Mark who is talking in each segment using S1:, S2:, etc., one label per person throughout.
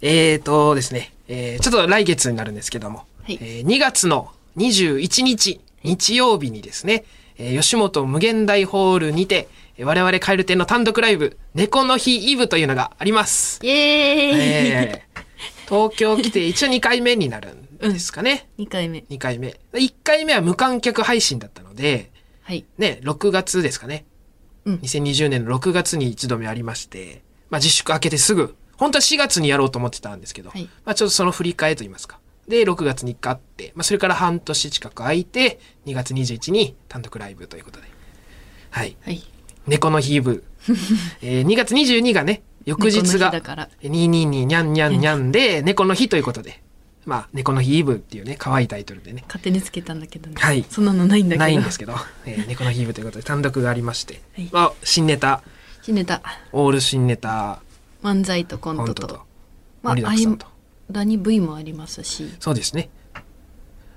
S1: えーとですね、えーちょっと来月になるんですけども、
S2: はい
S1: えー2月の21日、日曜日にですね、えー吉本無限大ホールにて、えー我々カエル店の単独ライブ、猫の日イブというのがあります。
S2: イエーイ、
S1: えー東京来て一応2回目になるんですかね。
S2: 二 >2 回目。
S1: 2回目。1回目は無観客配信だったので、
S2: はい。
S1: ね、6月ですかね。
S2: うん
S1: 2020年の6月に一度目ありまして、まあ自粛明けてすぐ、本当は4月にやろうと思ってたんですけど、
S2: はい
S1: まあちょっとその振り替えと言いますか。で、6月に1回あって、まあそれから半年近く空いて、2月21に単独ライブということで。はい。
S2: はい。
S1: 猫の日部。 えー、2月22がね、翌日
S2: 猫の
S1: が
S2: 日だから
S1: 222にゃんにゃんにゃんで、猫の日ということで。まあ、猫の日イブっていうね、可愛いタイトルでね、
S2: 勝手につけたんだけどね。
S1: はい
S2: そんなのないんだけど。
S1: ないんです
S2: け
S1: けど、 えー猫の日イブということで単独がありまして、
S2: はい
S1: まあ、新ネタ、
S2: ど。死ねた。
S1: オール新ネタ、
S2: 漫才とコン
S1: コ
S2: ト
S1: ン
S2: と。
S1: トと、
S2: まあ、
S1: 盛りだくさんと
S2: 合。間に V もありますし。
S1: そうですね。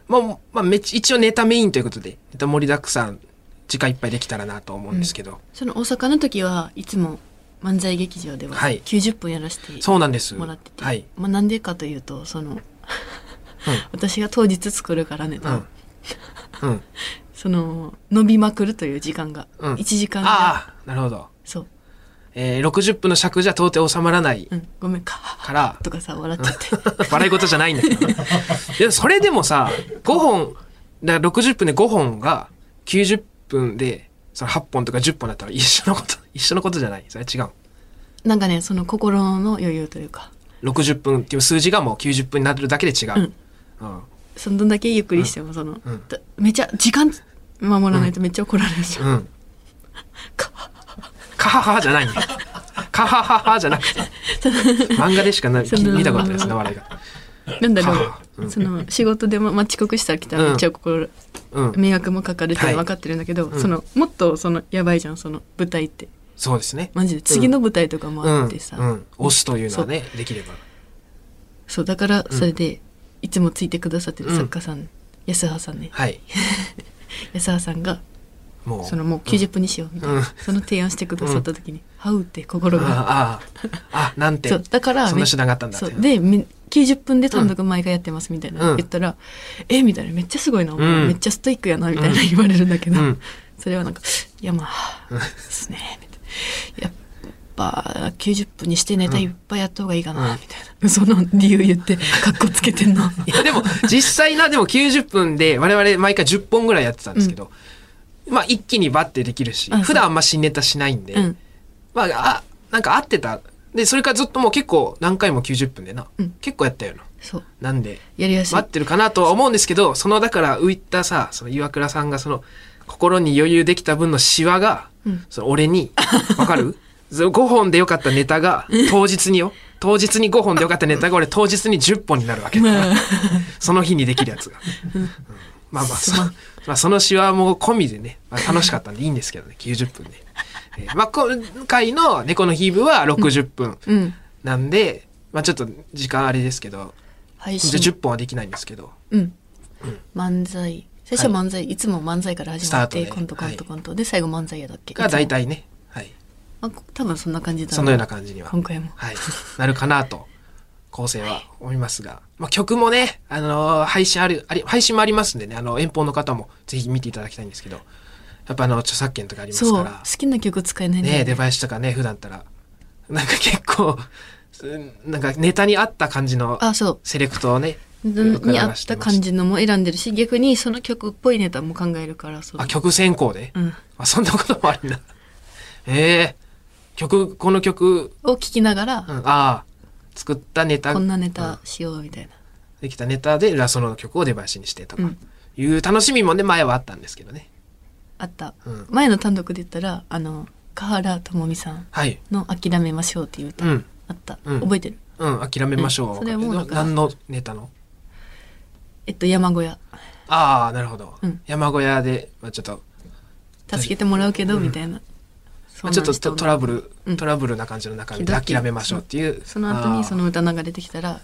S1: まあ、まあ、めっち一応ネタメインということで、ネタ盛りだくさん、時間いっぱいできたらなと思うんですけど、
S2: その大阪の時はいつも漫才劇場では
S1: はい
S2: 90分やらせて
S1: そうなんです。
S2: もらってて、
S1: はい。
S2: まあ、なんでかというとその、 私が当日作るからね、
S1: うん。うん。
S2: その伸びまくるという時間が、
S1: うん
S2: 1時間が
S1: ああ、なるほど。
S2: そう、
S1: えー、60分の尺じゃ到底収まらない
S2: うん、ごめん か
S1: から、
S2: とかさ笑っちゃって
S1: 笑い事じゃないんだけどな。いや、それでもさ、5本、だから60分で5本が90分で、その8本とか10本だったら一緒のこと、一緒のことじゃない。それは違
S2: なんかねその心の余裕というか、
S1: う。60分っていう数字がもう90分になってるだけで違う。うん。
S2: そのどんだけゆっくりしてもその、
S1: うん
S2: だめちゃ時間守らないとめっちゃ怒られるじゃん、
S1: うん。
S2: か
S1: カハハハじゃないんだ。カハハハじゃなくて。漫画でしかない
S2: その
S1: 見たことないですね、笑いが。
S2: なんだろ
S1: は
S2: う、その仕事でも、まあ、遅刻したら来たらめっちゃ心、
S1: うん。
S2: 迷惑もかかるっていうのは分かってるんだけど、
S1: はいうん
S2: そのもっとそのやばいじゃんその舞台って
S1: そうですね。
S2: マジで次の舞台とかも
S1: う
S2: あ
S1: ん。う
S2: ってさ、
S1: ん。押すというのはね、できれば。
S2: そうだからそれで、いつもついてくださってる作家さん、安葉さんね
S1: はい。
S2: 安葉さんが
S1: もう。
S2: そのもう90分にしようみたいな、
S1: うん
S2: その提案してくださった時に「はう」って心が
S1: ああ、ああ、なんて。
S2: そうだから
S1: そんな手段があったんだっ
S2: そ
S1: て。
S2: うでめ90分で単独毎回やってますみたいな、
S1: うん
S2: 言ったら「えみたいな「めっちゃすごいな、お前
S1: うん
S2: めっちゃストイックやな」みたいな言われるんだけど、
S1: うん
S2: それはなんか「いやまあですね」みたいな「やっぱ90分にしてネタいっぱいやった方がいいかな」みたいなその理由言ってかっこつけてんの
S1: いや、でも、実際な、でも90分で、我々毎回10本ぐらいやってたんですけど、まあ、一気にバッてできるし、
S2: うん
S1: 普段あんま新ネタしないんで、
S2: うん
S1: まあ、あ、なんか合ってた。で、それからずっともう結構、何回も90分でな、
S2: うん
S1: 結構やったよな。
S2: そう
S1: なんで、
S2: やりやすい
S1: 待ってるかなとは思うんですけど、その、だから浮いたさ、その岩倉さんがその、心に余裕できた分のシワが、
S2: うん
S1: その俺に、わか るその ?5 本でよかったネタが、当日によ。当日に5本でよかったネタが、俺当日に10本になるわけだから
S2: まあ
S1: その日にできるやつが。うんまあまあ、
S2: す
S1: そ
S2: まん
S1: まあ、そのシワも込みでね、まあ、楽しかったんでいいんですけどね、90分で。えーまあ、今回の猫の日部は60分
S2: うん
S1: なんで、まあちょっと時間あれですけど、
S2: 配
S1: じゃ
S2: 信
S1: 10本はできないんですけど、
S2: うん漫才最初は漫才、い、つも漫才から始まっ
S1: スタートで
S2: て、コントコントコントで最後漫才やだっけ
S1: が大
S2: い
S1: 体ね、はい。
S2: つも、まあ、多分そんな感じだろ
S1: そのような感じには、
S2: 今回も
S1: はい、なるかなと、構成は思いますが、まあ曲もね、あのー配信ある、あり、配信もありますんでね、あの、遠方の方もぜひ見ていただきたいんですけど、やっぱあの、著作権とかあります
S2: そ
S1: か
S2: う好
S1: ら、
S2: きな曲使えないんだよ
S1: ねデバイスとかね普段だったらなんか結構うんなんかネタに合った感じの
S2: あそう
S1: セレクトをね
S2: にあった感じのも選んでるし逆にその曲っぽいネタも考えるからそう
S1: あ曲選考で、
S2: うん、
S1: あそんなこともあるんだええ曲この曲、
S2: を聞きながら
S1: うん、ああ作ったネタ
S2: こんなネタしようみたいな、
S1: できたネタでラソの曲をデバイスにしてとか、
S2: うん
S1: いう楽しみもね前はあったんですけどね
S2: あった、
S1: うん
S2: 前の単独で言ったらあの華原朋美さん
S1: はい
S2: の「諦めましょう」っていう歌、
S1: うん
S2: あった、
S1: うん
S2: 覚えてる
S1: うん諦めましょうは
S2: う
S1: 分か
S2: んそ
S1: るけ
S2: れはもう
S1: ど、
S2: なんか
S1: 何のネタの
S2: えっと山小屋
S1: ああなるほど、
S2: うん
S1: 山小屋で、まあ、ちょっと
S2: 助けてもらうけど、みたいなそ
S1: ま
S2: ん
S1: あち
S2: な
S1: ょっと
S2: 人
S1: ト
S2: の
S1: トラブル、
S2: うん
S1: トラブルな感じの中で
S2: ひどい
S1: 諦めましょうっていう。
S2: その後にそ
S1: あ
S2: の歌流れてきたら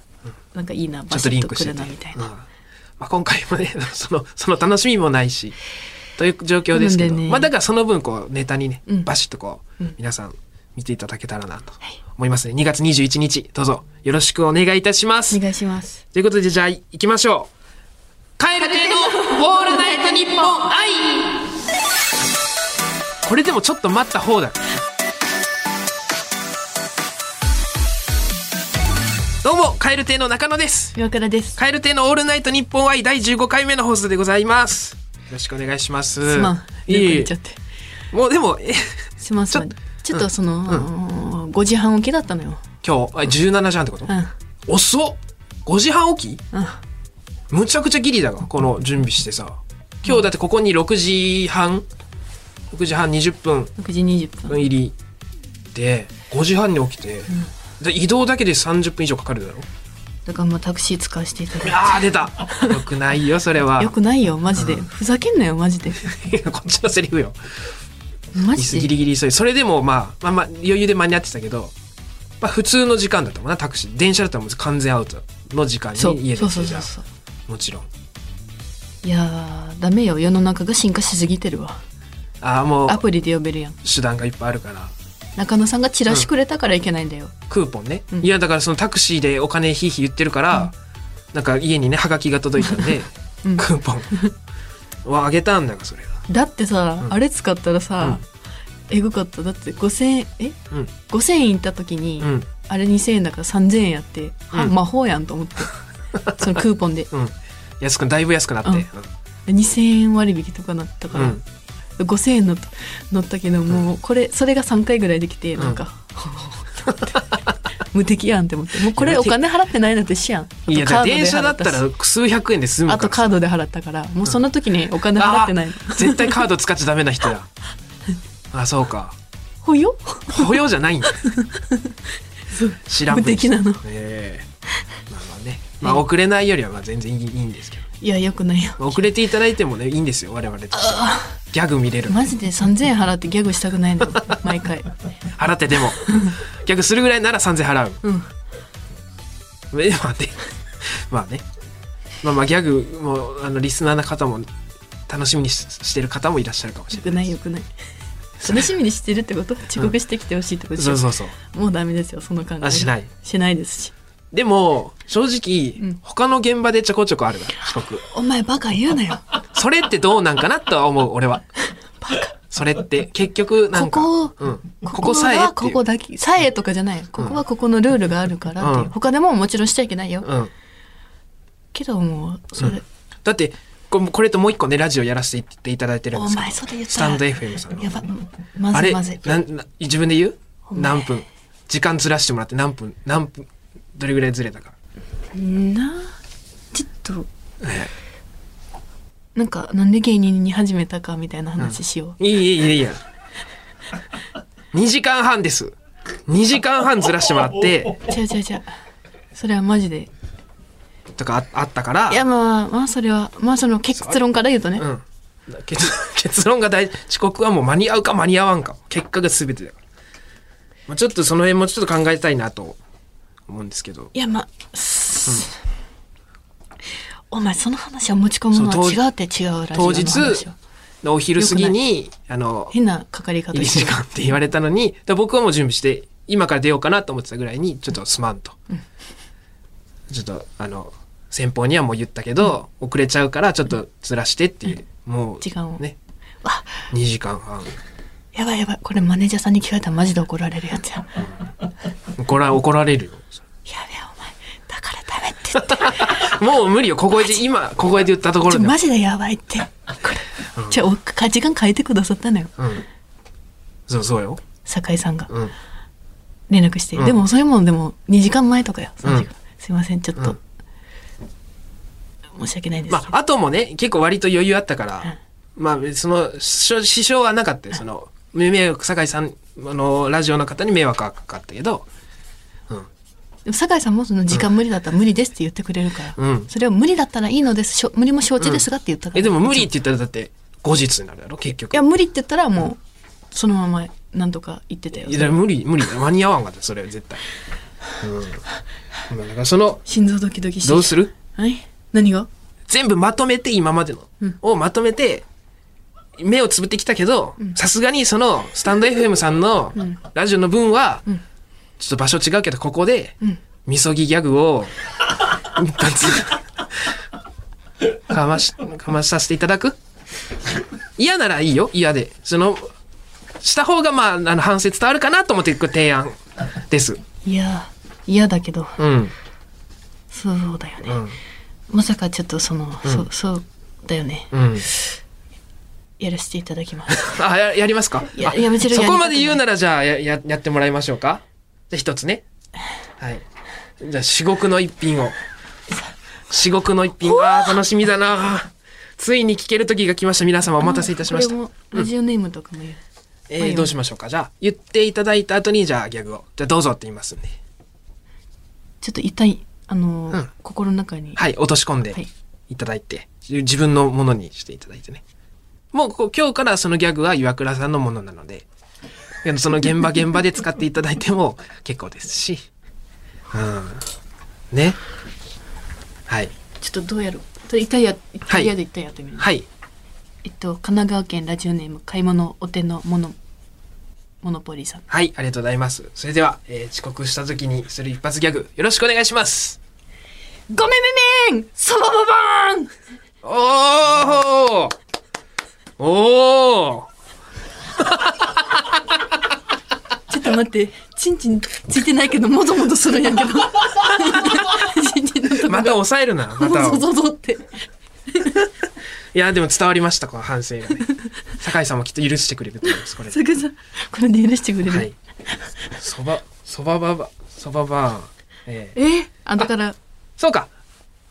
S2: なんかいい
S1: ー
S2: な
S1: ち
S2: バ
S1: ょっ
S2: シ
S1: とリ
S2: ッ
S1: ン
S2: と
S1: ク
S2: く
S1: して
S2: る
S1: て
S2: なみたい
S1: うん
S2: な
S1: まあ、今回もね そのその楽しみもないしという状況ですけ
S2: そ
S1: ど、
S2: うなんだよね
S1: まあだからその分こうネタにね、
S2: うん
S1: バシッとこう、
S2: うん
S1: 皆さん見ていただけたらなと
S2: はい
S1: 思いますね。2月21日、どうぞよろしくお願いいたします。
S2: お願いします
S1: ということで、じゃあ、行きましょう。カエル亭のオールナイトニッポン愛これでもちょっと待った方だ。どうも、カエル亭の中野です。
S2: 岩倉です
S1: カエル亭のオールナイトニッポン愛第15回目の放送でございます。よろしくお願いします。
S2: すまんよく
S1: いえい
S2: 言
S1: え
S2: っちゃって
S1: もうでも、え
S2: すまんすまんちょっとその、あのー5時半起きだったのよ
S1: 今日、あ17時半ってこと
S2: うん
S1: 遅っ !5 時半起き
S2: うん
S1: むちゃくちゃギリだがこの準備してさ今日だってここに6時半6時半20分
S2: 6時20分
S1: 入りで5時半に起きて、で移動だけで30分以上かかるだろ
S2: だからもうタクシー使わせていただいて
S1: あー出たよくないよそれは
S2: よくないよマジで、ふざけんなよマジで
S1: こっちのセリフよ
S2: マ
S1: 椅子
S2: ジ
S1: ギ
S2: で
S1: リギリ急いそれでもまあ、まあまあ余裕で間に合ってたけど、まあ、普通の時間だったもんなタクシー電車だったらもう完全アウトの時間に
S2: そう
S1: 家で
S2: そう
S1: 来
S2: そ
S1: て
S2: う
S1: じゃ
S2: そ
S1: あ
S2: うそう
S1: もちろん
S2: いやーダメよ世の中が進化しすぎてるわ
S1: ああもう
S2: アプリで呼べるやん
S1: 手段がいっぱいあるから
S2: 中野さんがチラシくれたからいけないんだよ、
S1: クーポンね、
S2: うん
S1: いやだからそのタクシーでお金ひいひい言ってるから、なんか家にねはがきが届いたんで、
S2: うん
S1: クーポンはあげたんだがそれが
S2: だってさ、あれ使ったらさ、えぐかっただって5000円え
S1: うん
S2: 5000円いった時に、
S1: うん
S2: あれ2000円だから3000円やって、あ
S1: うん
S2: 魔法やんと思って そのクーポンで
S1: うん安くだいぶ安くなって、
S2: う
S1: うんん
S2: で2000円割引とかなったから、
S1: うん
S2: 5000円のと乗ったけどもうこれそれが3回ぐらいできて
S1: うん
S2: なんか、無敵やんって思ってもうこれお金払ってないなんてしやん
S1: いやだから電車だ
S2: あ
S1: っ
S2: とカードで払
S1: たら数百円で済む
S2: あ
S1: か
S2: と
S1: らさ
S2: カードで払ったからもうその時にお金払ってないの、
S1: 絶対カード使っちゃダメな人 だあそうか
S2: ほよ
S1: 保養じゃないんだ知らん
S2: 無
S1: ぷり
S2: 敵なの
S1: ええまあまあね、まあ、遅れないよりはまあ全然いいいいんですけど、
S2: いやよくないよ
S1: まあ遅れていただいてもねいいんですよ我々としてはギャグ見れる
S2: マジで3000円払ってギャグした くないの毎回
S1: 払ってでも逆するぐらいなら3000払う
S2: うん
S1: え待ってまあねまあまあギャグもあのリスナーの方も楽しみにししてる方もいらっしゃるかもし
S2: よ
S1: れ
S2: く
S1: な
S2: ないいよくない楽しみにしてるってこと遅刻してきてほしいってことでし
S1: そ
S2: ょ
S1: うそうそう
S2: もうダメですよその考え
S1: あしない
S2: しないですし
S1: でも正直、
S2: うん
S1: 他の現場でちょこちょこあるな遅刻
S2: お前バカ言うなよ
S1: それってどうなんかなとは思う俺はそれって結局 なんか
S2: ここ
S1: うん、こ
S2: こ
S1: こ
S2: こ
S1: さえっ
S2: は
S1: てい
S2: こ
S1: う
S2: こだけさえとかじゃないここはここのルールがあるからっていう、
S1: うん
S2: 他でももちろんしちゃいけないよ、
S1: うん、
S2: けどもうそれ、
S1: だってこれこれともう一個ねラジオやらせていただいてるん
S2: お
S1: ですけど
S2: 前それ言っ
S1: ス
S2: た
S1: タ
S2: ら
S1: ンド FM さんの
S2: やばまずいまずい
S1: あれなんな自分で言う
S2: お前
S1: 何分時間ずらしてもらって何分何分どれぐらいずれたか
S2: なちょっとなんかなんで芸人に始めたかみたいな話しよう、
S1: いいいいいいいいや2時間半です2時間半ずらしてもらって
S2: 違う違う違うそれはマジで
S1: とかああったから
S2: いやまあまあそれはまあその結論から言うとね、
S1: うん結結論が大遅刻はもう間に合うか間に合わんか結果が全てだから、まあ、ちょっとその辺もちょっと考えたいなと思うんですけど
S2: いやまあ、お前その話を持ち込むの
S1: そう
S2: は
S1: 当
S2: 違
S1: 日
S2: うって違うラジオの
S1: 当日
S2: 話を
S1: お昼過ぎにあの
S2: 変なかかり方
S1: 入り時
S2: してる
S1: 間って言われたのに、だから僕はもう準備して、今から出ようかなと思ってたぐらいに、ちょっとすまんと。ちょっと、あの、先方にはもう言ったけど、遅れちゃうから、ちょっとずらしてっていう、もう、
S2: 時間を
S1: ね、
S2: わ
S1: 2時間半。
S2: やばいやばいこれマネージャーさんに聞かれたらマジで怒られるやつややべえ
S1: これは怒られるよ。
S2: お前だからダメって 言って
S1: もう無理よ、小声で、今、小声で言ったとこ
S2: ち
S1: ろ
S2: ょ
S1: で。
S2: マジでやばいってこ れ、じゃあおか時間変えてくださったのよ
S1: うん。そう、そうよ。
S2: 酒井さんが
S1: うん。
S2: 連絡して、
S1: うん
S2: でもそれもでも2時間前とかよ3時間、
S1: うん
S2: すいませんちょっと、
S1: うん
S2: 申し訳ないです
S1: ま
S2: けど、
S1: あ、後もね、結構割と余裕あったから、まあ、その、支支障はなかったよ。その、迷惑、酒井さん、あの、ラジオの方に迷惑はかかったけど、うん。
S2: でも酒井さんもその時間無理だったら無理ですって言ってくれるから、
S1: うん
S2: それを無理だったらいいのですしょ無理も承知ですがって言ったから、
S1: えでも無理って言ったらだって後日になるだろ結局
S2: いや無理って言ったらもうそのままなんとか言ってたよ
S1: いやだから無理無理だよ間に合わんかったそれは絶対うんまあだからその
S2: 心臓ドキドキして
S1: どうする
S2: はい何が
S1: 全部まとめて今までの、をまとめて目をつぶってきたけど
S2: うん
S1: さすがにそのスタンド FM さんの
S2: うん
S1: ラジオの分は
S2: うん
S1: ちょっと場所違うけどここで
S2: うん
S1: みそぎギャグを一発かましかましさせていただく嫌ならいいよ嫌でそのした方がまああの反省伝わるかなと思ってこう提案です
S2: いや嫌だけど
S1: うん
S2: そうだよね、
S1: うん
S2: まさかちょっとその、そそうだよね
S1: うん
S2: やらせていただきます
S1: あややりますか
S2: や
S1: あ
S2: やめてる
S1: そ
S2: やりたくな
S1: こ
S2: い
S1: まで言うならじゃあやややってもらいましょうかじゃあ一つねはいじゃあ至極の一品を至極の一品あー楽しみだなついに聞ける時が来ました皆様お待 たせいたしました
S2: これもラジオネームとかも言う、
S1: え
S2: はい
S1: ー、どうしましょうかじゃあ言っていただいた後にじゃあギャグをじゃあどうぞって言いますんで
S2: ちょっと一旦あの、
S1: うん
S2: 心の中に
S1: はい落とし込んで
S2: はい
S1: いただいて、自分のものにしていただいてねもうこう今日からそのギャグは岩倉さんのものなのであのその現場現場で使っていただいても 結構ですしうんねはい
S2: ちょっとどうやろうと一旦や一
S1: は
S2: 旦
S1: い
S2: やで一旦やってみる、
S1: はい
S2: えっと神奈川県ラジオネーム買い物お手のモノモノポリーさん
S1: はいありがとうございますそれでは、えー遅刻した時にする一発ギャグよろしくお願いします
S2: ごめめめんそばばばーん
S1: おーおー
S2: ちょっと待ってちんちんついてないけどもぞもぞするんやけどちんちんのとこ
S1: また抑えるな。 ま
S2: も
S1: た
S2: ぞ。ぞぞって
S1: いや、でも伝わりました、この反省がね。酒井さんもきっと許してくれると思います、これ。
S2: すぐさこれで許してくれる、
S1: はい。そば、そばばば、そばば、ええ
S2: えー、あだから
S1: そうか。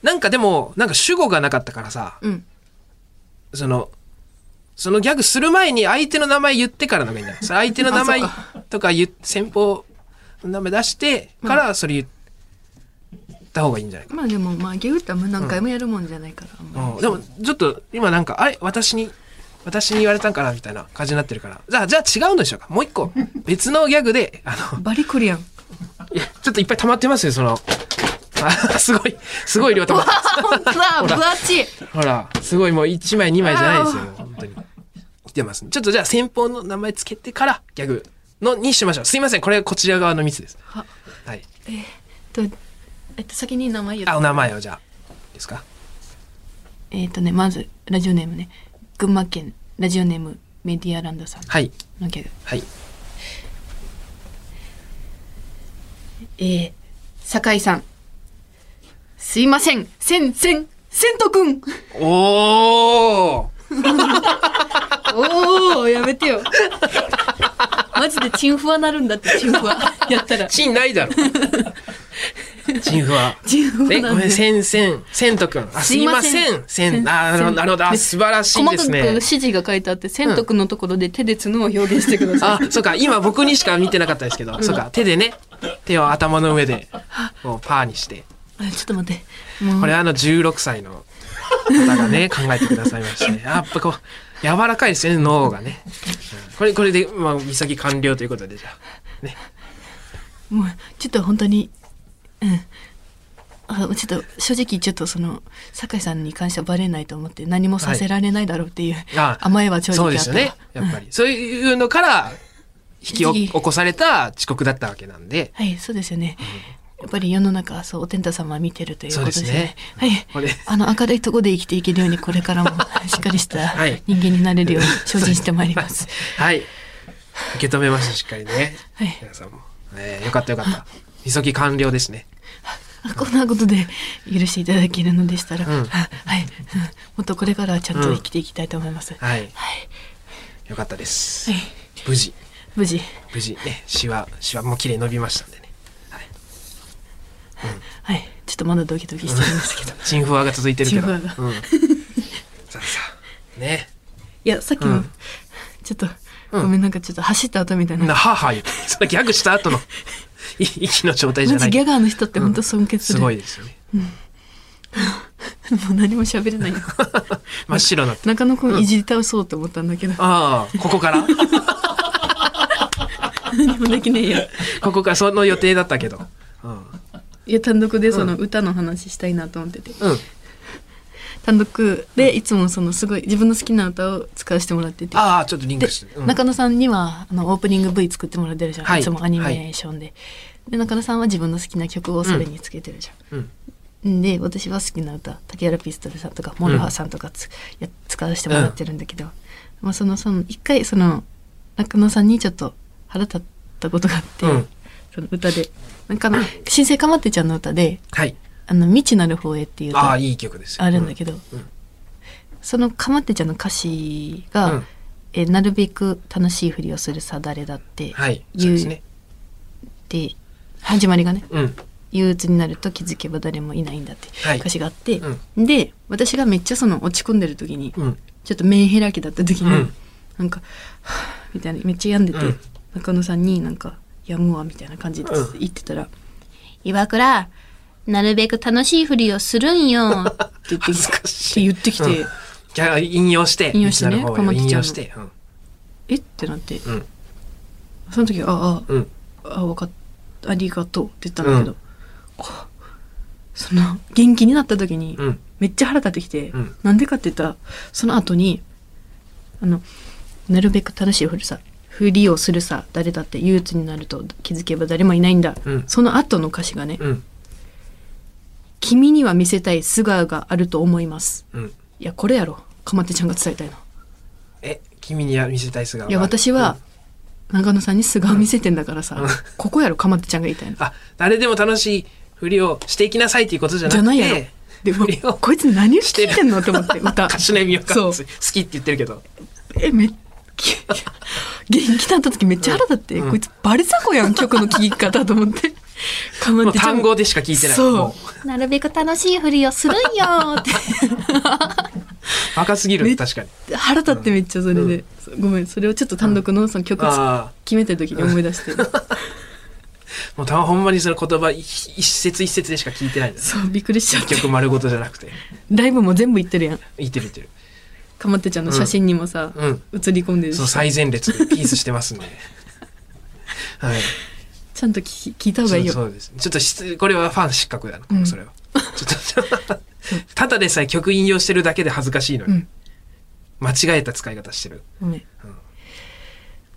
S1: なんかでも、なんか主語がなかったからさ、
S2: うん
S1: その、そのギャグする前に相手の名前言ってからのがいいんだ よ。それ相手の名前
S2: あ
S1: とか言っ先方の名前出してから、それ言った方がいいんじゃないか。
S2: まあでもまあギャグってあんま何回もやるもんじゃないから、あんまり
S1: うんでもちょっと今なんかあれ私に私に言われたんかなみたいな感じになってるからじゃあじゃあ違うのでしょうかもう一個別のギャグであの
S2: バリコリアン
S1: いやちょっといっぱい溜まってますよその あすごいすごい量溜まってます
S2: 本当だ分厚い
S1: ほらすごいもう1枚2枚じゃないですよ もう本当に来てます、ちょっとじゃあ先方の名前つけてからギャグのにしましょうすいませんこれこちら側のミスです
S2: は
S1: はい
S2: とえっと先に名前言
S1: あ
S2: う
S1: お名前をじゃあいいですか
S2: えっとねまずラジオネームね群馬県ラジオネームメディアランドさん
S1: はい
S2: のギャグ
S1: はい
S2: えー、酒井さんすいませんせんせんせんとくん
S1: おー
S2: おおやめてよ マジでチンフワなるんだってチンフ ワやったら
S1: チンない だろ。チンフは。
S2: チンフワ
S1: え、
S2: な
S1: ご
S2: ん
S1: め
S2: で
S1: ん、せんせん、せんとくん。あ、す
S2: す
S1: い
S2: い
S1: ま
S2: ません
S1: せん、せん。あ、なるほど、なるほど。あ素晴らしい
S2: 細
S1: で
S2: か
S1: す
S2: く
S1: ね
S2: 指。示が書いてあって、千徳のところで手で角を表現してください。
S1: あ、そうか、今僕にしか見てなかったですけど、そうか、手でね、手を頭の上で、こうパーにして。
S2: あちょっと待って。もう
S1: これあの16歳の方がね、考えてくださいま したね。やっぱこう、柔らかいですよね、脳がね。うんこれ、これで、まあ、潔完了ということで、じゃあ。ね。
S2: もうちょっと本当にうんあちょっと正直ちょっとその酒井さんに関してはバレないと思って何もさせられないだろうっていう、
S1: あ
S2: 甘えは正
S1: そう
S2: 直
S1: で
S2: あっ
S1: す
S2: た
S1: よね。やっぱり。そういうのから、引きお
S2: 次
S1: 起こされた遅刻だったわけなんで、
S2: はいそうですよね、やっぱり世の中はそうお天太様は見てるということですよね
S1: そうですね
S2: はい
S1: これ
S2: あの明るいところで生きていけるようにこれか らもしっかりした
S1: はい
S2: 人間になれるように精進してまいります
S1: はい。受け止めました、しっかりね。
S2: はい
S1: 皆さんも。えーよかったよかった。 急ぎ完了ですね。
S2: あこんなことで許していただけるのでしたら、
S1: うん
S2: あはい、うんもっとこれからはちゃんと生きていきたいと思います、はい
S1: はい。よかったです。
S2: はい
S1: 無事、
S2: 無事
S1: 無事ね、シワ、シワも綺麗に伸びましたんでね。
S2: はい、ちょっとまだドキドキしてるんですけど。
S1: チンフワが続いてるけど。
S2: チ
S1: う
S2: ン
S1: ん。
S2: フ
S1: さ
S2: ワ
S1: あさあ、ね。
S2: いや、さっき
S1: う
S2: の
S1: ん、
S2: ちょっと、ごめん、なんかちょっと走った後みたい
S1: な、
S2: な。
S1: 母言って、それギャグした後のい息の状態じ
S2: マ
S1: ゃな
S2: ジギャ
S1: い。
S2: ガーの人って本当尊敬す
S1: す
S2: る。
S1: ご
S2: も
S1: いですよね。
S2: う何も 喋れない。
S1: 真っ白になって。
S2: 中野くんいじり倒そうと思ったんだけど、
S1: ああ、ここから
S2: 何もできね えよ。
S1: ここからその予定だったけど。うん。
S2: いや、単独でその歌の話したいなと思ってて。
S1: うん。
S2: 単独でいつもそのすごい自分の好きな歌を使わせてもらってて
S1: ああ、ちょっとリン
S2: で
S1: クしてる。
S2: 中野さんにはあのオープニング V 作ってもらってるじゃん、
S1: はい
S2: い、つもアニメーションで、で中野さんは自分の好きな曲をそれにつけてるじゃん、
S1: うん
S2: で私は好きな歌竹原ピストルさんとかモルハーさんとかつ、や使わせてもらってるんだけど、まあ、そのその一回その中野さんにちょっと腹立ったことがあって、
S1: うん
S2: その歌でなんかあの新生かまってちゃんの歌で
S1: はい。
S2: 「あの未知なる方へ」っていう
S1: ああ、
S2: 歌
S1: いい曲ですよ。
S2: あるんだけど、
S1: うんうん
S2: そのかまってちゃんの歌詞
S1: う
S2: が、
S1: ん。
S2: えーなるべく楽しいふりをするさ誰だって、
S1: はい。そ
S2: 言
S1: う
S2: う
S1: で
S2: っ
S1: す
S2: て、
S1: ね。
S2: 始まりがね
S1: うん。
S2: 憂鬱になると気づけば誰もいないんだって
S1: はい
S2: 歌詞があって、
S1: う
S2: で私がめっちゃその落ち込んでる時に、
S1: うん。
S2: ちょっと目開きだった時に、
S1: うん
S2: なんかはぁみたいなめっちゃ病んでて、
S1: うん
S2: 中野さんになんか「やむわ」みたいな感じで
S1: うん
S2: 言ってたら「岩倉なるべく楽しいふりをするんよ」って言って
S1: 恥ずかし
S2: って
S1: い。
S2: 言ってきて「
S1: うんじゃあ、引用して。
S2: 引用してね
S1: 道なる方
S2: か
S1: へ
S2: まって
S1: 引
S2: ちゃんの
S1: 用して。うん
S2: えっ?」てなって
S1: うん。
S2: その時は「ああ
S1: うん。
S2: あ分かったありがとうって言ったんだけど、こうその元気になった時に
S1: うん。
S2: めっちゃ腹立ってきて、
S1: うん
S2: なんでかって言ったらその後にあのなるべく楽しいふるさふりをするさ誰だって憂鬱になると気づけば誰もいないんだ、
S1: うん
S2: その後の歌詞がね、
S1: うん。
S2: 君には見せたい素顔があると思います
S1: うん。
S2: いやこれやろかまってちゃんが伝えたいの
S1: え、君に見せたい素顔が
S2: いや私は、長野さんに素顔見せてんだからさ、ここやろかまってちゃんが言いたいの
S1: あ、誰でも楽しいふりをしていきなさいっていうことじゃなく
S2: じ
S1: て、
S2: ゃないやろ。でも
S1: 振りを、
S2: こいつ何を聞いてんのと思って、 歌。
S1: 歌手の意味を
S2: そう
S1: 好きって言ってるけど。
S2: え、めっ、き元気だった時めっちゃ腹立って、こいつバレザコやん、曲の聴き方と思って。かま
S1: もう
S2: ってちゃん
S1: 単語でしか聞いてない。
S2: そ
S1: も
S2: う。なるべく楽しいふりをするんよっ
S1: うバカすぎ
S2: め
S1: る、確かに。
S2: て。 腹立ってめっちゃそれで。そうごめん、それをちょっと単独のその曲つ
S1: ああ。
S2: 決めた時に思い出して。
S1: もうたほんまにその言葉い一節一節でしか聞いてないんです。
S2: そう、びっくりしちゃって
S1: 結。局丸ごとじゃなくて。
S2: ライブも全部行ってるやん。
S1: 言ってる言ってる。
S2: かまってちゃんの写真にもさ、
S1: うん。
S2: 写り込んでるし
S1: そう、最前列でピースしてますね。 はい。
S2: ちゃんと聞き聞いた方がいいよ。
S1: そうそうです。ちょっと失、これはファン失格だな、
S2: うん
S1: それは。ちょっと、ただでさえ曲引用してるだけで恥ずかしいのに。
S2: うん
S1: 間違えた使い方してる。
S2: ごめん。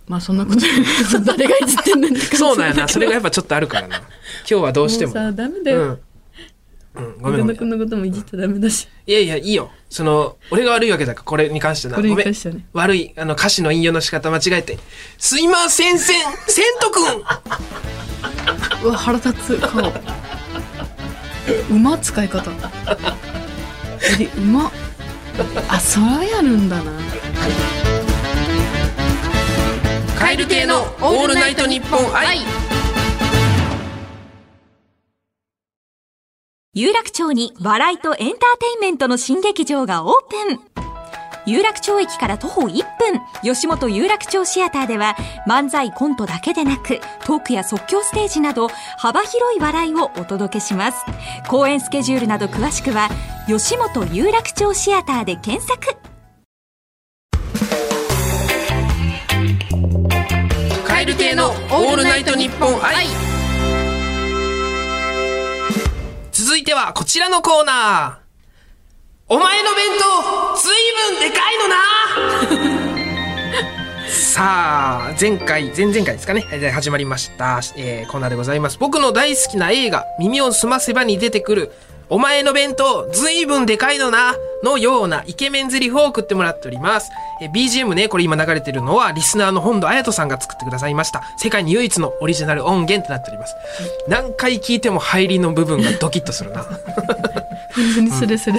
S2: まあそんなことより 誰がいじってんのって感じ
S1: そうなんや
S2: だ
S1: な。
S2: け
S1: そ
S2: ど
S1: れがやっぱちょっとあるからな。今日はどうしても。
S2: もうさダメだよ
S1: うん。うん、ごめんごめ
S2: 中野くん
S1: ん。
S2: のこともいじっちゃダメだし、
S1: いやいや、いいよ。その、俺が悪いわけだから、これに関してな。
S2: これ
S1: ご
S2: に
S1: め
S2: 関
S1: ん
S2: し。てはね
S1: 悪い、あの、歌詞の引用の仕方間違えて。すいませんせん、せんとくん
S2: うわ腹立つ顔うま使い方えうまあそれやるんだな
S1: カエル亭のオールナイトニッポン愛。
S3: 有楽町に笑いとエンターテインメントの新劇場がオープン有楽町駅から徒歩1分吉本有楽町シアターでは漫才コントだけでなくトークや即興ステージなど幅広い笑いをお届けします公演スケジュールなど詳しくは吉本有楽町シアターで検索
S1: カエル亭のオールナイトニッポン愛。続いてはこちらのコーナー。お前の弁当、ずいぶんでかいのなさあ、前回、前々回ですかね、えー始まりました、えーコーナーでございます。僕の大好きな映画、耳をすませばに出てくる、お前の弁当、ずいぶんでかいのな、のようなイケメンゼリフを送ってもらっております。えー BGM ね、これ今流れてるのは、リスナーの本土彩人さんが作ってくださいました。世界に唯一のオリジナル音源となっております。何回聞いても入りの部分がドキッとするな。
S2: 本当にそれそれ、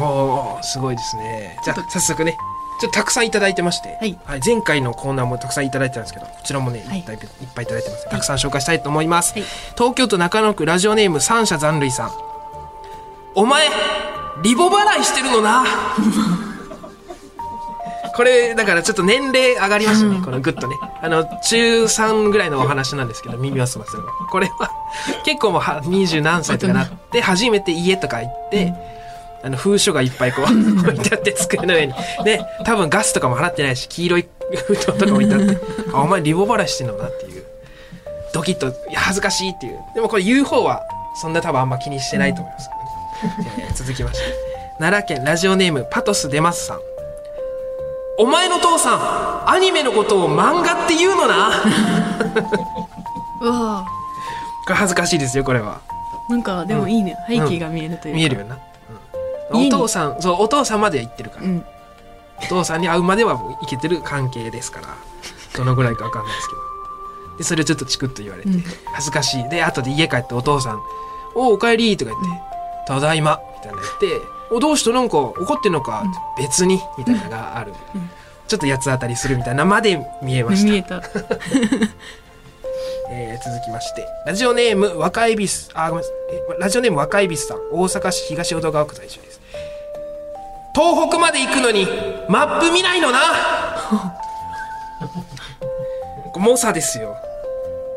S1: おおすごいですねじゃあ早速ねちょっとたくさんいただいてまして、
S2: はい
S1: 前回のコーナーもたくさんいただいてたんですけどこちらもね、
S2: は
S1: い、
S2: い
S1: っぱいいっぱいいただいてますたくさん紹介したいと思います、
S2: はい
S1: 東京都中野区ラジオネーム三者残類さんお前リボ払いしてるのな これだからちょっと年齢上がりましたね、このグッとねあの中3ぐらいのお話なんですけど耳をすませるこれは結構もうは二十何歳とかなって初めて家とか行って、あの封書がいっぱいこう置いてあって机の上にね多分ガスとかも払ってないし黄色い封筒とか置いてあってあお前リボ払いしてんのなっていうドキッといや恥ずかしいっていうでもこれ言う方はそんな多分あんま気にしてないと思いますけどね、えー続きまして奈良県ラジオネームパトス出ますさんお前の父さんアニメのことを漫画って言うのな
S2: うわ
S1: これ恥ずかしいですよこれは
S2: あなんかでもいいね、背景が見えるというか、
S1: 見えるよな、うん
S2: 家
S1: お
S2: に
S1: 父さんそうお父さんまでは行ってるから、
S2: うん
S1: お父さんに会うまではもういけてる関係ですからどのぐらいか分かんないですけどでそれをちょっとチクッと言われて、
S2: うん
S1: 恥ずかしいで後で家帰ってお父さん「おおおかえり」とか言って「
S2: うん
S1: ただいま」みたいなの言って「おどうしたなんか怒ってんのか」って別に」みたいなのがある、
S2: うん
S1: ちょっと八つ当たりするみたいなまで見えました
S2: 見えた
S1: えー続きましてラジオネーム若いビスあごめんなさいえラジオネーム若いビスさん大阪市東淀川区在住です東北まで行くのにマップ見ないのなこれ猛者ですよ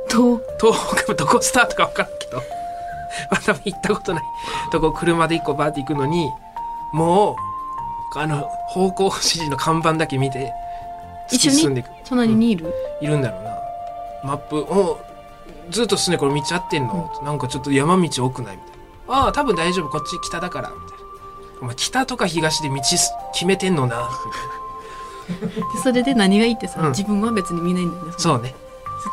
S2: と
S1: 東北もどこスタートか分からんけどまた行ったことないとこ車で一個バーって行くのにもうあの方向指示の看板だけ見て突
S2: 一
S1: き
S2: 緒
S1: 進んで
S2: に
S1: いく
S2: 隣にいる、
S1: いるんだろうなマップおずっと進んでこれ道合ってんの、なんかちょっと山道多くないみたいなああ多分大丈夫こっち北だからみたいなお前北とか東で道す決めてんの なみたいな
S2: でそれで何がいいってさ、
S1: うん
S2: 自分は別に見ないんだよね
S1: そうね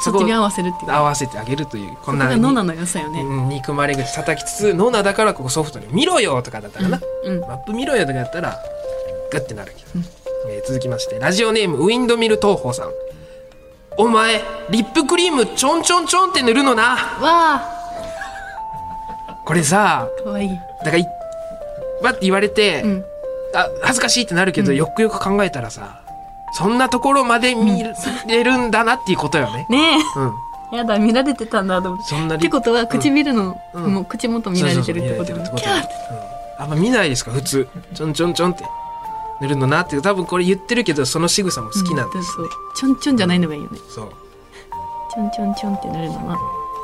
S2: そっちに合わせるっていう
S1: 合わせてあげるというこ
S2: こ
S1: ん
S2: ん
S1: な
S2: がノナの良さよね、
S1: うん憎まれ口叩きつつノナだからここソフトに見ろよとかだったらな、
S2: うん
S1: マップ見ろよとかだったらグッてなるけど、えー続きましてラジオネームウィンドミル東宝さんお前リップクリームちょんちょんちょんって塗るのな
S2: わあ
S1: これさ
S2: かわいい、
S1: だからいわって言われて、
S2: うん、
S1: あ恥ずかしいってなるけど、
S2: うん
S1: よくよく考えたらさそんなところまで見れるんだなっていうことよね、
S2: ね
S1: うん、
S2: えやだ見られてたんだと思って
S1: そんな
S2: っ
S1: リ
S2: て
S1: ップ
S2: ことは唇の、
S1: うん
S2: もう口元見られてるってこと
S1: そう
S2: だ
S1: そうそう
S2: ね
S1: 見
S2: キ
S1: ら
S2: ャー
S1: れ
S2: って
S1: るってことうんあんま見ないですか普通ちょんちょんちょんって塗るのなって多分これ言ってるけどその仕草も好きなんです、
S2: うそうちょんちょんじゃないのがいいよね
S1: そう
S2: ちょんちょんちょんってなるのは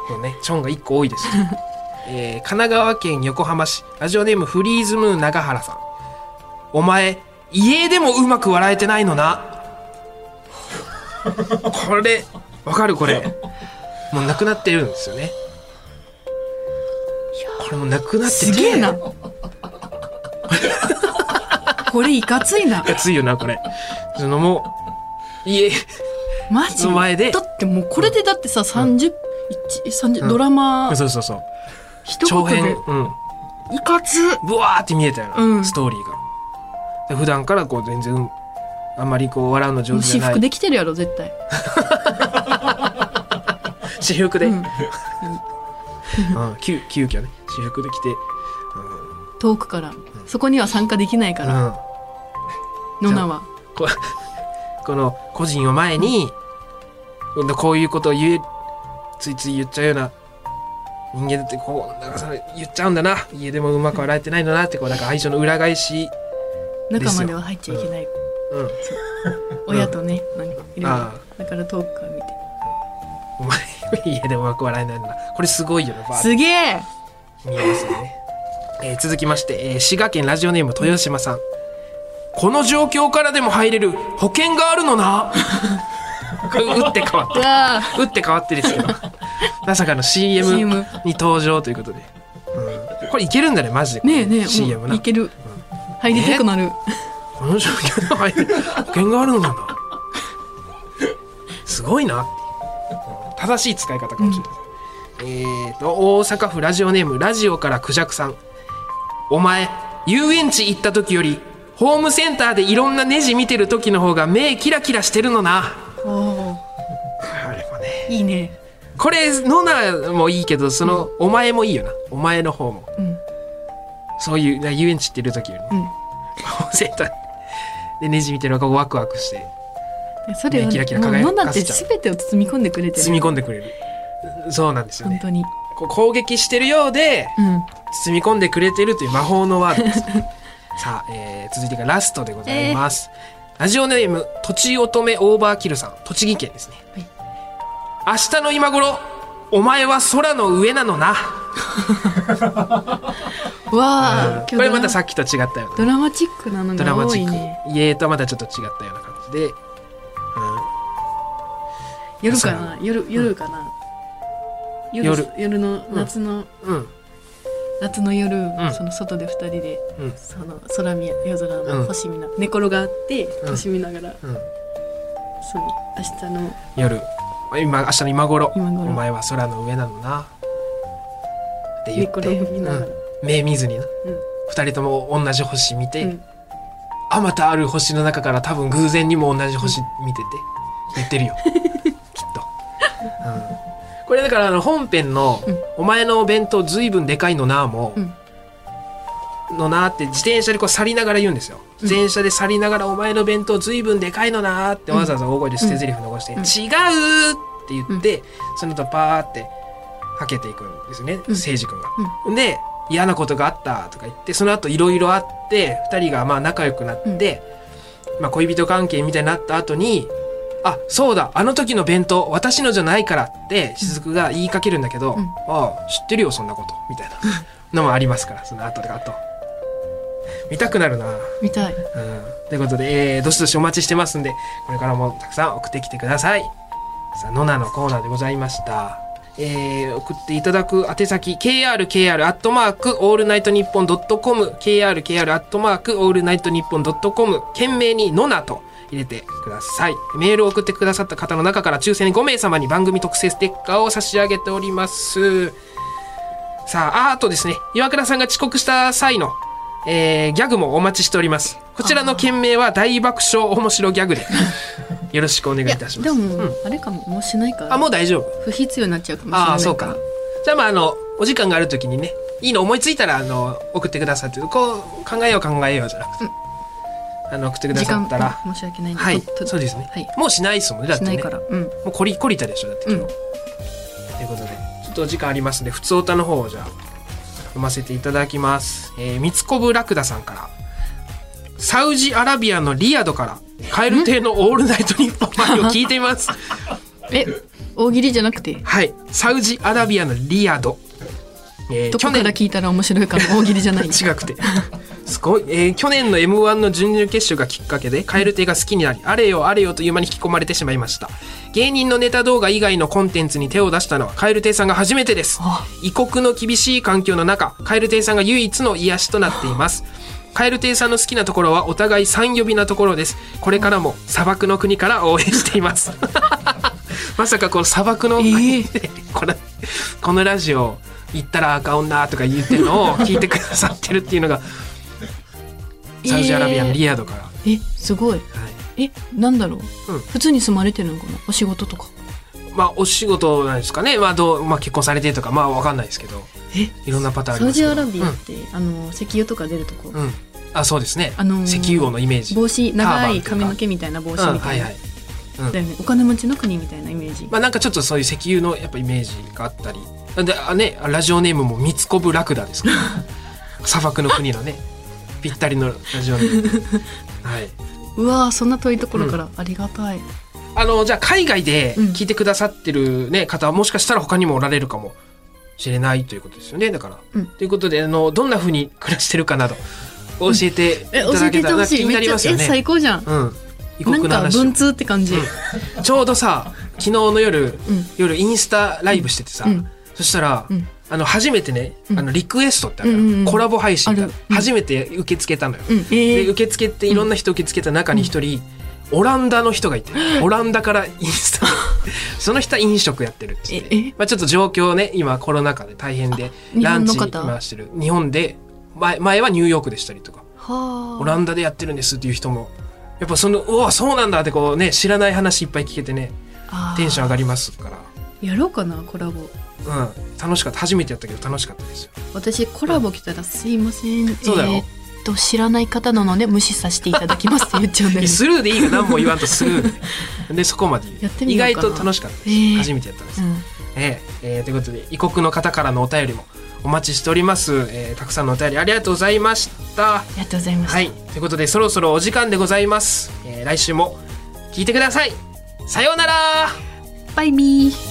S1: このねちょんが一個多い です、えー神奈川県横浜市ラジオネームフリーズムーン長原さんお前家でもうまく笑えてないのなこれわかるこれもうなくなってるんですよねこれもうなくなってて
S2: すげえなこれいかついな
S1: 熱いよなこれそのもう家
S2: マジ
S1: の前で
S2: だってもうこれでだってさ30、一三十
S1: うん
S2: ドラマ
S1: そうそうそう長
S2: 一言
S1: 編
S2: で
S1: うん
S2: いかつ
S1: ブワーって見えたよな、
S2: うん
S1: ストーリーがで普段からこう全然あんまりこう笑うの上
S2: もう
S1: 手じ
S2: 私
S1: ゃない
S2: 服できてるやろ絶対
S1: 私服で、う
S2: うんん
S1: 急急遽ね私服で来て、うん
S2: 遠くからそこには参加できないから
S1: うん
S2: ノナは
S1: ここの個人を前に、こういうことを言うついつい言っちゃうような人間だってこうなんかそれ言っちゃうんだな家でもうまく笑えてないのなってこうなんか愛情の裏返し、
S2: 中までは入っちゃいけない
S1: うん、
S2: 親とねなんかいろいろ
S1: あ
S2: だから遠くから見て
S1: お前家でもうまく笑えないのなこれすごいよなバーって
S2: すげえ
S1: 見えますね、えー続きまして、えー滋賀県ラジオネーム豊島さんこの状況からでも入れる保険があるのなこれ打って変わっ
S2: う
S1: て
S2: わあ
S1: 打って変わってですけどまさかの CM
S2: CM
S1: に登場ということで、うんこれいけるんだねマジで
S2: ねえねえ
S1: CM
S2: もう
S1: ない
S2: ける入りたくなる
S1: この状況でも入れる保険があるのかなすごいな正しい使い方かもしれない、えーと大阪府ラジオネームラジオからクジャクさんお前遊園地行った時よりホームセンターでいろんなネジ見てる時の方が目キラキラしてるのな
S2: おー
S1: あれもね
S2: いいね
S1: これノナもいいけどその、お前もいいよなお前の方も、
S2: ん
S1: そういうな遊園地行ってる時よりね、
S2: うん
S1: ホームセンターでネジ見てるのがワクワクして
S2: それは
S1: ねキラキラ輝かせちゃ
S2: も
S1: う
S2: うノナって全てを包み込んでくれて
S1: 包み
S2: る
S1: 込んでくれるそうなんですよ
S2: 本
S1: ね
S2: 当に
S1: こう攻撃してるようで
S2: うん
S1: 包み込んでくれてるという魔法のワードです さあ、えー続いてがラストでございます、ラジオネームとちおとめオーバーキルさん栃木県ですね、明日の今頃お前は空の上なのな
S2: わあ
S1: これまたさ
S2: っ
S1: っきと違ったような
S2: ドラマチックなの
S1: ドラ
S2: が
S1: マ
S2: 多
S1: チッ
S2: い
S1: ク、
S2: ね
S1: 家とはまたちょっと違ったような感じで、うん、
S2: 夜かな夜夜かな、夜
S1: 夜
S2: 夜の夏の
S1: うん
S2: 夏の夜、
S1: ん
S2: その外で二人で
S1: うん
S2: その空見夜空
S1: う
S2: の
S1: ん
S2: 星見な、寝転がって
S1: ん
S2: 星見ながら、
S1: うん
S2: その明日の
S1: 夜今明日の今頃
S2: 今頃
S1: お前は空の上なのなって
S2: 寝
S1: 言って、
S2: 転びながら、
S1: うん目見ずにな
S2: うん
S1: 二人とも同じ星見て、
S2: うん
S1: あまたある星の中から多分偶然にも同じ星見てて言ってるよきっと、うん、これだからあの本編の
S2: うん
S1: 「お前のお弁当ずいぶんでかいのな」も
S2: うん
S1: 「のな」って自転車でこう去りながら言うんですよ
S2: ん
S1: 自転車で去りながら「お前の弁当ずいぶんでかいのな」ってわざわざ大声で捨て台詞残して「
S2: ん
S1: 違う!」って言って、そのとパーってはけていくんですね
S2: ん
S1: 誠司君が。で嫌なことがあったとか言ってその後いろいろあって2人がまあ仲良くなって、まあ、恋人関係みたいになった後に「あそうだあの時の弁当私のじゃないから」って雫が言いかけるんだけど「
S2: うん
S1: ああ知ってるよそんなこと」み たいなのもありますからその後とかあと。見たくなるな。
S2: 見たい
S1: うん、ということで、えーどしどしお待ちしてますんでこれからもたくさん送ってきてくださいさあ「のな」のコーナーでございましたえー送っていただく宛先 krkr アットマークオールナイトニッポンドットコム krkr アットマークオールナイトニッポンドットコム懸命に「のな」と入れてくださいメールを送ってくださった方の中から抽選に5名様に番組特製ステッカーを差し上げておりますさあああとですね岩倉さんが遅刻した際のえーギャグもお待ちしております。こちらの件名は大爆笑面白ギャグでよろしくお願いいたしま。
S2: ですも、
S1: うん
S2: あれかももうしないから
S1: あ、もう大丈夫。
S2: 不必要になっちゃうかもしれない
S1: ああ、そうか。じゃあまああの、お時間があるときにね、いいの思いついたらあの、送ってくださいっていう、こう、考えよう考えようじゃなくて、あの、送ってくだ
S2: 時
S1: さ
S2: 間
S1: ったら、
S2: 申し訳ないんで
S1: はい
S2: と、と
S1: そうですね、
S2: はい
S1: もうしないですもんね、だっ
S2: してな
S1: ね。
S2: いからうん
S1: もうこり、こりたでしょ、だって今日。ということで、ちょっとお時間ありますんで、普通歌の方をじゃあ、読ませていただきます。えー、三つこぶラクダさんから。サウジアラビアのリヤドから、カエル亭のオールナイトニッポン前を聞いています。
S2: え大喜利じゃなくて
S1: はい。サウジアラビアのリヤド。えー
S2: どこ
S1: 去
S2: か
S1: 年
S2: ら聞いたら面白いかも大喜利じゃな い
S1: 違くて。すごい、えー去年の m 1の準々決勝がきっかけで蛙亭が好きになり、あれよあれよという間に引き込まれてしまいました芸人のネタ動画以外のコンテンツに手を出したのは蛙亭さんが初めてです
S2: あ
S1: 異国の厳しい環境の中蛙亭さんが唯一の癒しとなっています蛙亭さんの好きなところはお互い三呼びなところですこれからも砂漠の国から応援していますまさかこの砂漠の、 このこのラジオ行ったら赤女とか言ってるのを聞いてくださってるっていうのがサウジアラビアのリヤドから、
S2: えすごい
S1: はい
S2: えなんだろう、
S1: うん
S2: 普通に住まれてるのかなお仕事とか
S1: まあお仕事なんですかね、まあどうまあ、結婚されてとかまあわかんないですけど
S2: え
S1: いろんなパターンあり
S2: サウ
S1: ます
S2: ジ
S1: けど
S2: アラビアって、あの石油とか出るとこ、
S1: うん、うん、あそうですね、
S2: あのー
S1: 石油王のイメージ
S2: 帽子
S1: ターバン
S2: 長
S1: とい
S2: いう
S1: か
S2: 髪の毛みたいな帽子みたいな、
S1: うん、はいはいうん
S2: だよねお金持ちの国みたいなイメージ、
S1: まあなんかちょっとそういう石油のやっぱイメージがあったりであねラジオネームも「ミツコブラクダ」ですから 砂漠の国のねぴったりのラジオネー ムはいう
S2: わーそんな遠いところから、ありがたい
S1: あのじゃあ海外で
S2: うん
S1: 聞いてくださってる、ね方はもしかしたら他にもおられるかもしれないということですよねだから、
S2: うん
S1: ということであのどんな風に暮らしてるかなど教えてい
S2: え
S1: た
S2: 教
S1: だ
S2: えて
S1: け
S2: いて
S1: た
S2: ほ
S1: ら
S2: し
S1: 気
S2: い
S1: に
S2: め
S1: な
S2: っ
S1: り
S2: ちゃ、
S1: ますよ
S2: え
S1: ね。
S2: 最高じゃん、
S1: うん、異
S2: な
S1: 国
S2: ん
S1: の
S2: か
S1: 話を
S2: 文通って感じ、
S1: ちょうどさ昨日の夜、
S2: ん
S1: 夜インスタライブしててさ、
S2: うん
S1: そしたら、
S2: うん
S1: あの初めてね、
S2: うん
S1: あのリクエストってある、
S2: うんうんうん
S1: コラボ配信ってある
S2: あるうん
S1: 初めて受け付けたのよ、
S2: うんえ
S1: で
S2: ー、
S1: 受け付けっていろんな人受け付けた中に一人、オランダの人がいてオランダからインス タその人は飲食やってるっつっ
S2: ええ
S1: て、まあ、ちょっと状況ね今コロナ禍で大変で
S2: 日
S1: ラ
S2: 本
S1: ン
S2: の
S1: チ
S2: 方
S1: 回してる日本で前前はニューヨークでしたりとか
S2: は
S1: オラ
S2: ン
S1: ンダでやってるんですっていう人もやっぱそのうわそうなんだってこうね知らない話いっぱい聞けてねテンション上がりますから、
S2: やろうかなコラボ
S1: うん、楽しかった初めてやったけど楽しかった ですよ
S2: 私コラボ来たら「すいません」
S1: そうだよ
S2: えーっと知らない方なので無視させていただきます」って言っちゃうんだよね
S1: スル ーでいいよ何も言わんとスルー ででそこまで言う
S2: やってみようかな
S1: 意外と楽しかったです、
S2: えー
S1: 初めてやったんです、
S2: うん
S1: えええーということで異国の方からのお便りもお待ちしております、えーたくさんのお便りありがとうございました
S2: ありがとうございました、
S1: はいということでそろそろお時間でございます、えー来週も聞いてくださいさようなら
S2: バイビー